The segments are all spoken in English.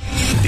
The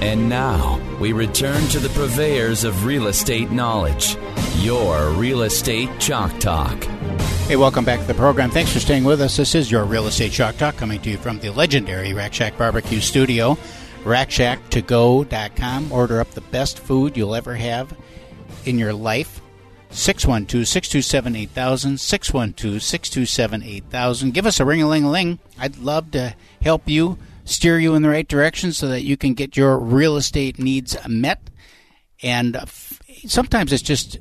And now we return to the purveyors of real estate knowledge, your real estate chalk talk. Hey, welcome back to the program. Thanks for staying with us. This is your Real Estate Shock Talk coming to you from the legendary Rack Shack Barbecue Studio, rackshacktogo.com. Order up the best food you'll ever have in your life. 612 627 8000. 612 627 8000. Give us a ring a ling ling. I'd love to help you steer you in the right direction so that you can get your real estate needs met. And uh, f- sometimes it's just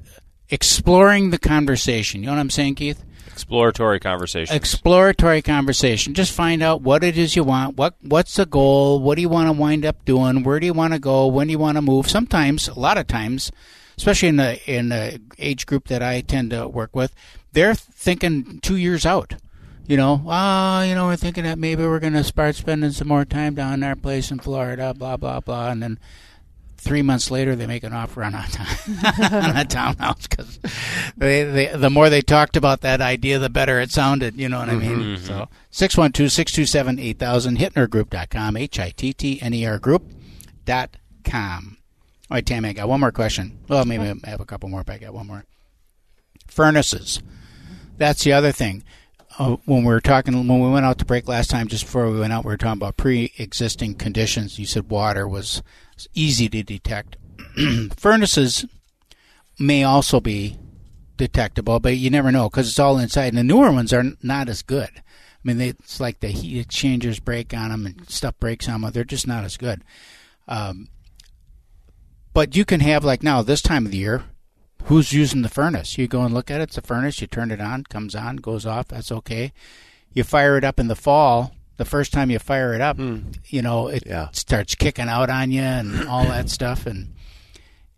exploring the conversation. You know what I'm saying, Keith? Exploratory conversation. exploratory conversation. Just find out what it is you want. What what's the goal? What do you want to wind up doing? Where do you want to go? When do you want to move? Sometimes, a lot of times, especially in the in the age group that I tend to work with, they're thinking two years out. You know, ah, you know, we're thinking that maybe we're going to start spending some more time down our place in Florida, blah blah blah, and then three months later they make an offer on a, on a townhouse because they, they, the more they talked about that idea the better it sounded you know what i mean so 612-627-8000 hittnergroup.com h-i-t-t-n-e-r E group dot com all right tammy i got one more question well maybe i have a couple more but i got one more furnaces that's the other thing uh, when we were talking when we went out to break last time just before we went out we were talking about pre-existing conditions you said water was easy to detect furnaces may also be detectable but you never know because it's all inside and the newer ones are n- not as good i mean they, it's like the heat exchangers break on them and stuff breaks on them they're just not as good um, but you can have like now this time of the year who's using the furnace. You go and look at it. It's a furnace. You turn it on, comes on, goes off. That's okay. You fire it up in the fall. The first time you fire it up, you know it starts kicking out on you and all that stuff, and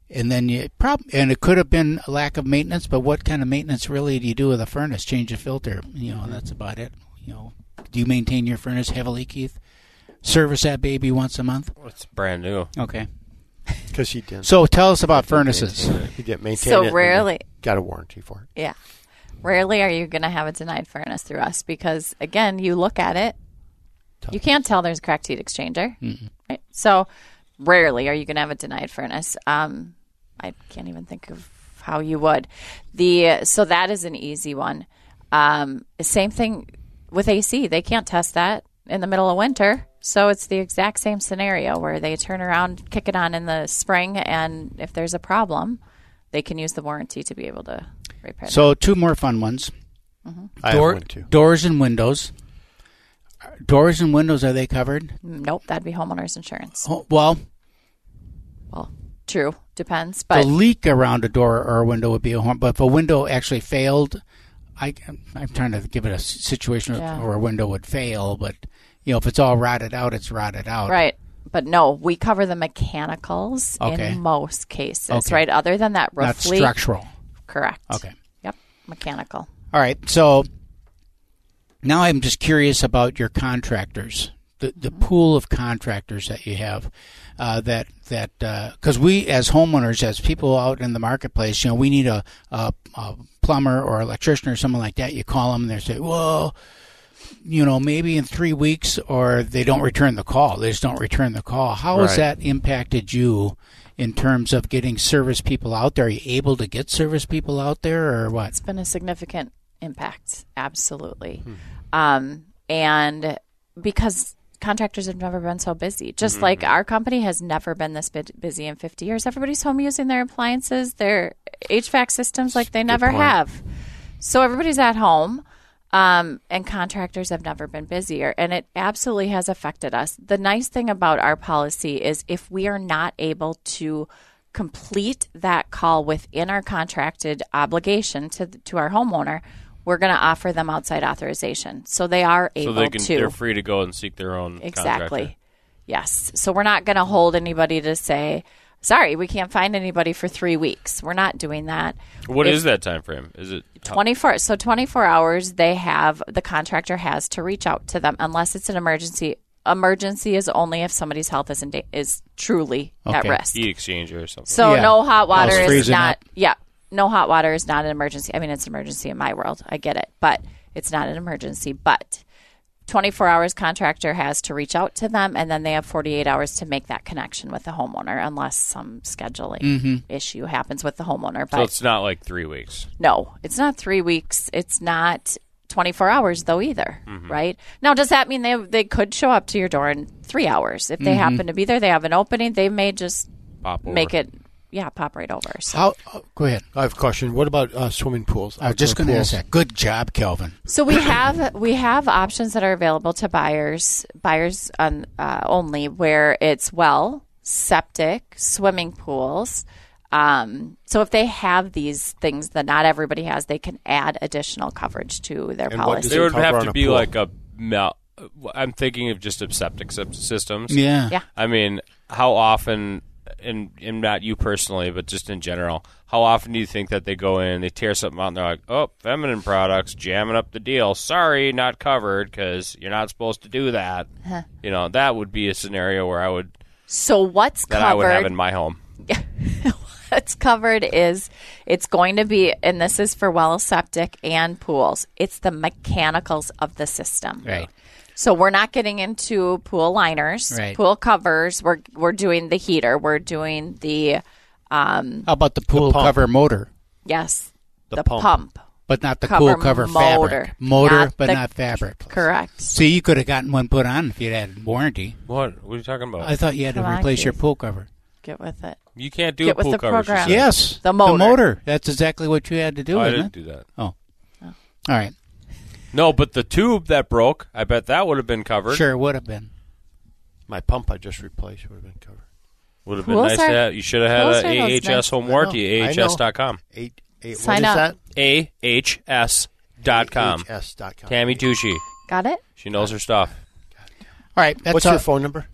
and then you prob- and it could have been a lack of maintenance. But what kind of maintenance really do you do with a furnace? Change the filter. You know that's about it. You know, do you maintain your furnace heavily, Keith? Service that baby once a month. It's brand new. Okay. because he didn't. So tell us about furnaces. he didn't maintain So it. and rarely- got a warranty for it. Yeah. Rarely are you going to have a denied furnace through us because, again, you look at it, you can't tell there's a cracked heat exchanger. Right? So, rarely are you going to have a denied furnace. Um, I can't even think of how you would. The so that is an easy one. Um, same thing with AC. They can't test that in the middle of winter. So it's the exact same scenario where they turn around, kick it on in the spring, and if there's a problem, they can use the warranty to be able to repair. So two more fun ones. I have Door, one too. doors and windows. Doors and windows are they covered? Nope, that'd be homeowners insurance. Oh, Well, Well, true, depends, but the leak around a door or a window would be a harm. But if a window actually failed, I, I'm trying to give it a s- situation Yeah. where a window would fail. But you know, if it's all rotted out, it's rotted out. right. But no, we cover the mechanicals Okay. in most cases, Okay. right? Other than that Not roof leak, structural. correct? Okay. Yep, mechanical. All right. So now I'm just curious about your contractors, the the pool of contractors that you have. Uh, that that because we as homeowners, as people out in the marketplace, you know, we need a, a, a plumber or electrician or someone like that. You call them, and they say, "Well, you know, maybe in three weeks, or they don't return the call. They just don't return the call. How has Right. that impacted you in terms of getting service people out there? Are you able to get service people out there, or what? It's been a significant impact, absolutely. Hmm. Um, and because contractors have never been so busy, just Mm-hmm. like our company has never been this bu- busy in 50 years. Everybody's home using their appliances, their HVAC systems like they never have. So everybody's at home. Um, and contractors have never been busier, and it absolutely has affected us. The nice thing about our policy is if we are not able to complete that call within our contracted obligation to to our homeowner, we're going to offer them outside authorization, so they are So able they can to they're free to go and seek their own exactly. contractor. Yes. So we're not going to hold anybody to say, sorry, we can't find anybody for three weeks. We're not doing that. What If- is that time frame? Is it 24 so 24 hours they have the contractor has to reach out to them unless it's an emergency emergency is only if somebody's health is in da- is truly at Okay. risk heat exchanger E or something? so Yeah. no hot water House is freezing not up. yeah no hot water is not an emergency i mean it's an emergency in my world i get it but it's not an emergency but 24 hours contractor has to reach out to them and then they have 48 hours to make that connection with the homeowner unless some scheduling Mm-hmm. issue happens with the homeowner but So it's not like three weeks. no, it's not three weeks. It's not 24 hours, though, either, Mm-hmm. right? Now, does that mean they, they could show up to your door in three hours? If they happen to be there, they have an opening, they may just Pop over. make it, yeah, pop right over. So, How? oh, go ahead. I have a question. What about uh, swimming pools? I was just Outdoor going to ask pools? that. Good job, Kelvin. so we have we have options that are available to buyers, buyers on, uh, only, where it's well, septic, swimming pools. Um, so if they have these things that not everybody has, they can add additional coverage to their And what policy. does There would cover have on to a be pool. like a mel- I'm thinking of just a septic sy- systems. Yeah. Yeah. I mean, how often, and, and not you personally, but just in general, how often do you think that they go in, they tear something out, and they're like, oh, feminine products, jamming up the deal. Sorry, not covered because you're not supposed to do that. You know, that would be a scenario where I would, So what's that I would covered? have in my home. what's covered is it's going to be, and this is for well septic and pools. It's the mechanicals of the system. Right. So we're not getting into pool liners, Right. pool covers. We're we're doing the heater. We're doing the um, How about the pool pump. cover motor, yes, the, pump. but not the Cover pool cover motor, fabric motor, not but the- not fabric? Correct. See, you could have gotten one put on if you'd had warranty. What? What are you talking about? I thought you had to Come on, replace your Keith. pool cover. Get with it. you can't do Get a with pool the cover. she program. said. Yes, The motor. That's exactly what you had to do. Oh, I isn't didn't it? do that. Oh. All right. No, but the tube that broke, I bet that would have been covered. Sure, would have been. My pump I just replaced would have been covered. Would have been Pools nice are- to have. You should have pools had are a those nice- AHS home I warranty, know, I ahs.com. Eight, eight, Sign what is up. ahs.com. that? AHS.com. Tammy Tucci. Got it. She knows her stuff. All right. That's What's all. your phone number?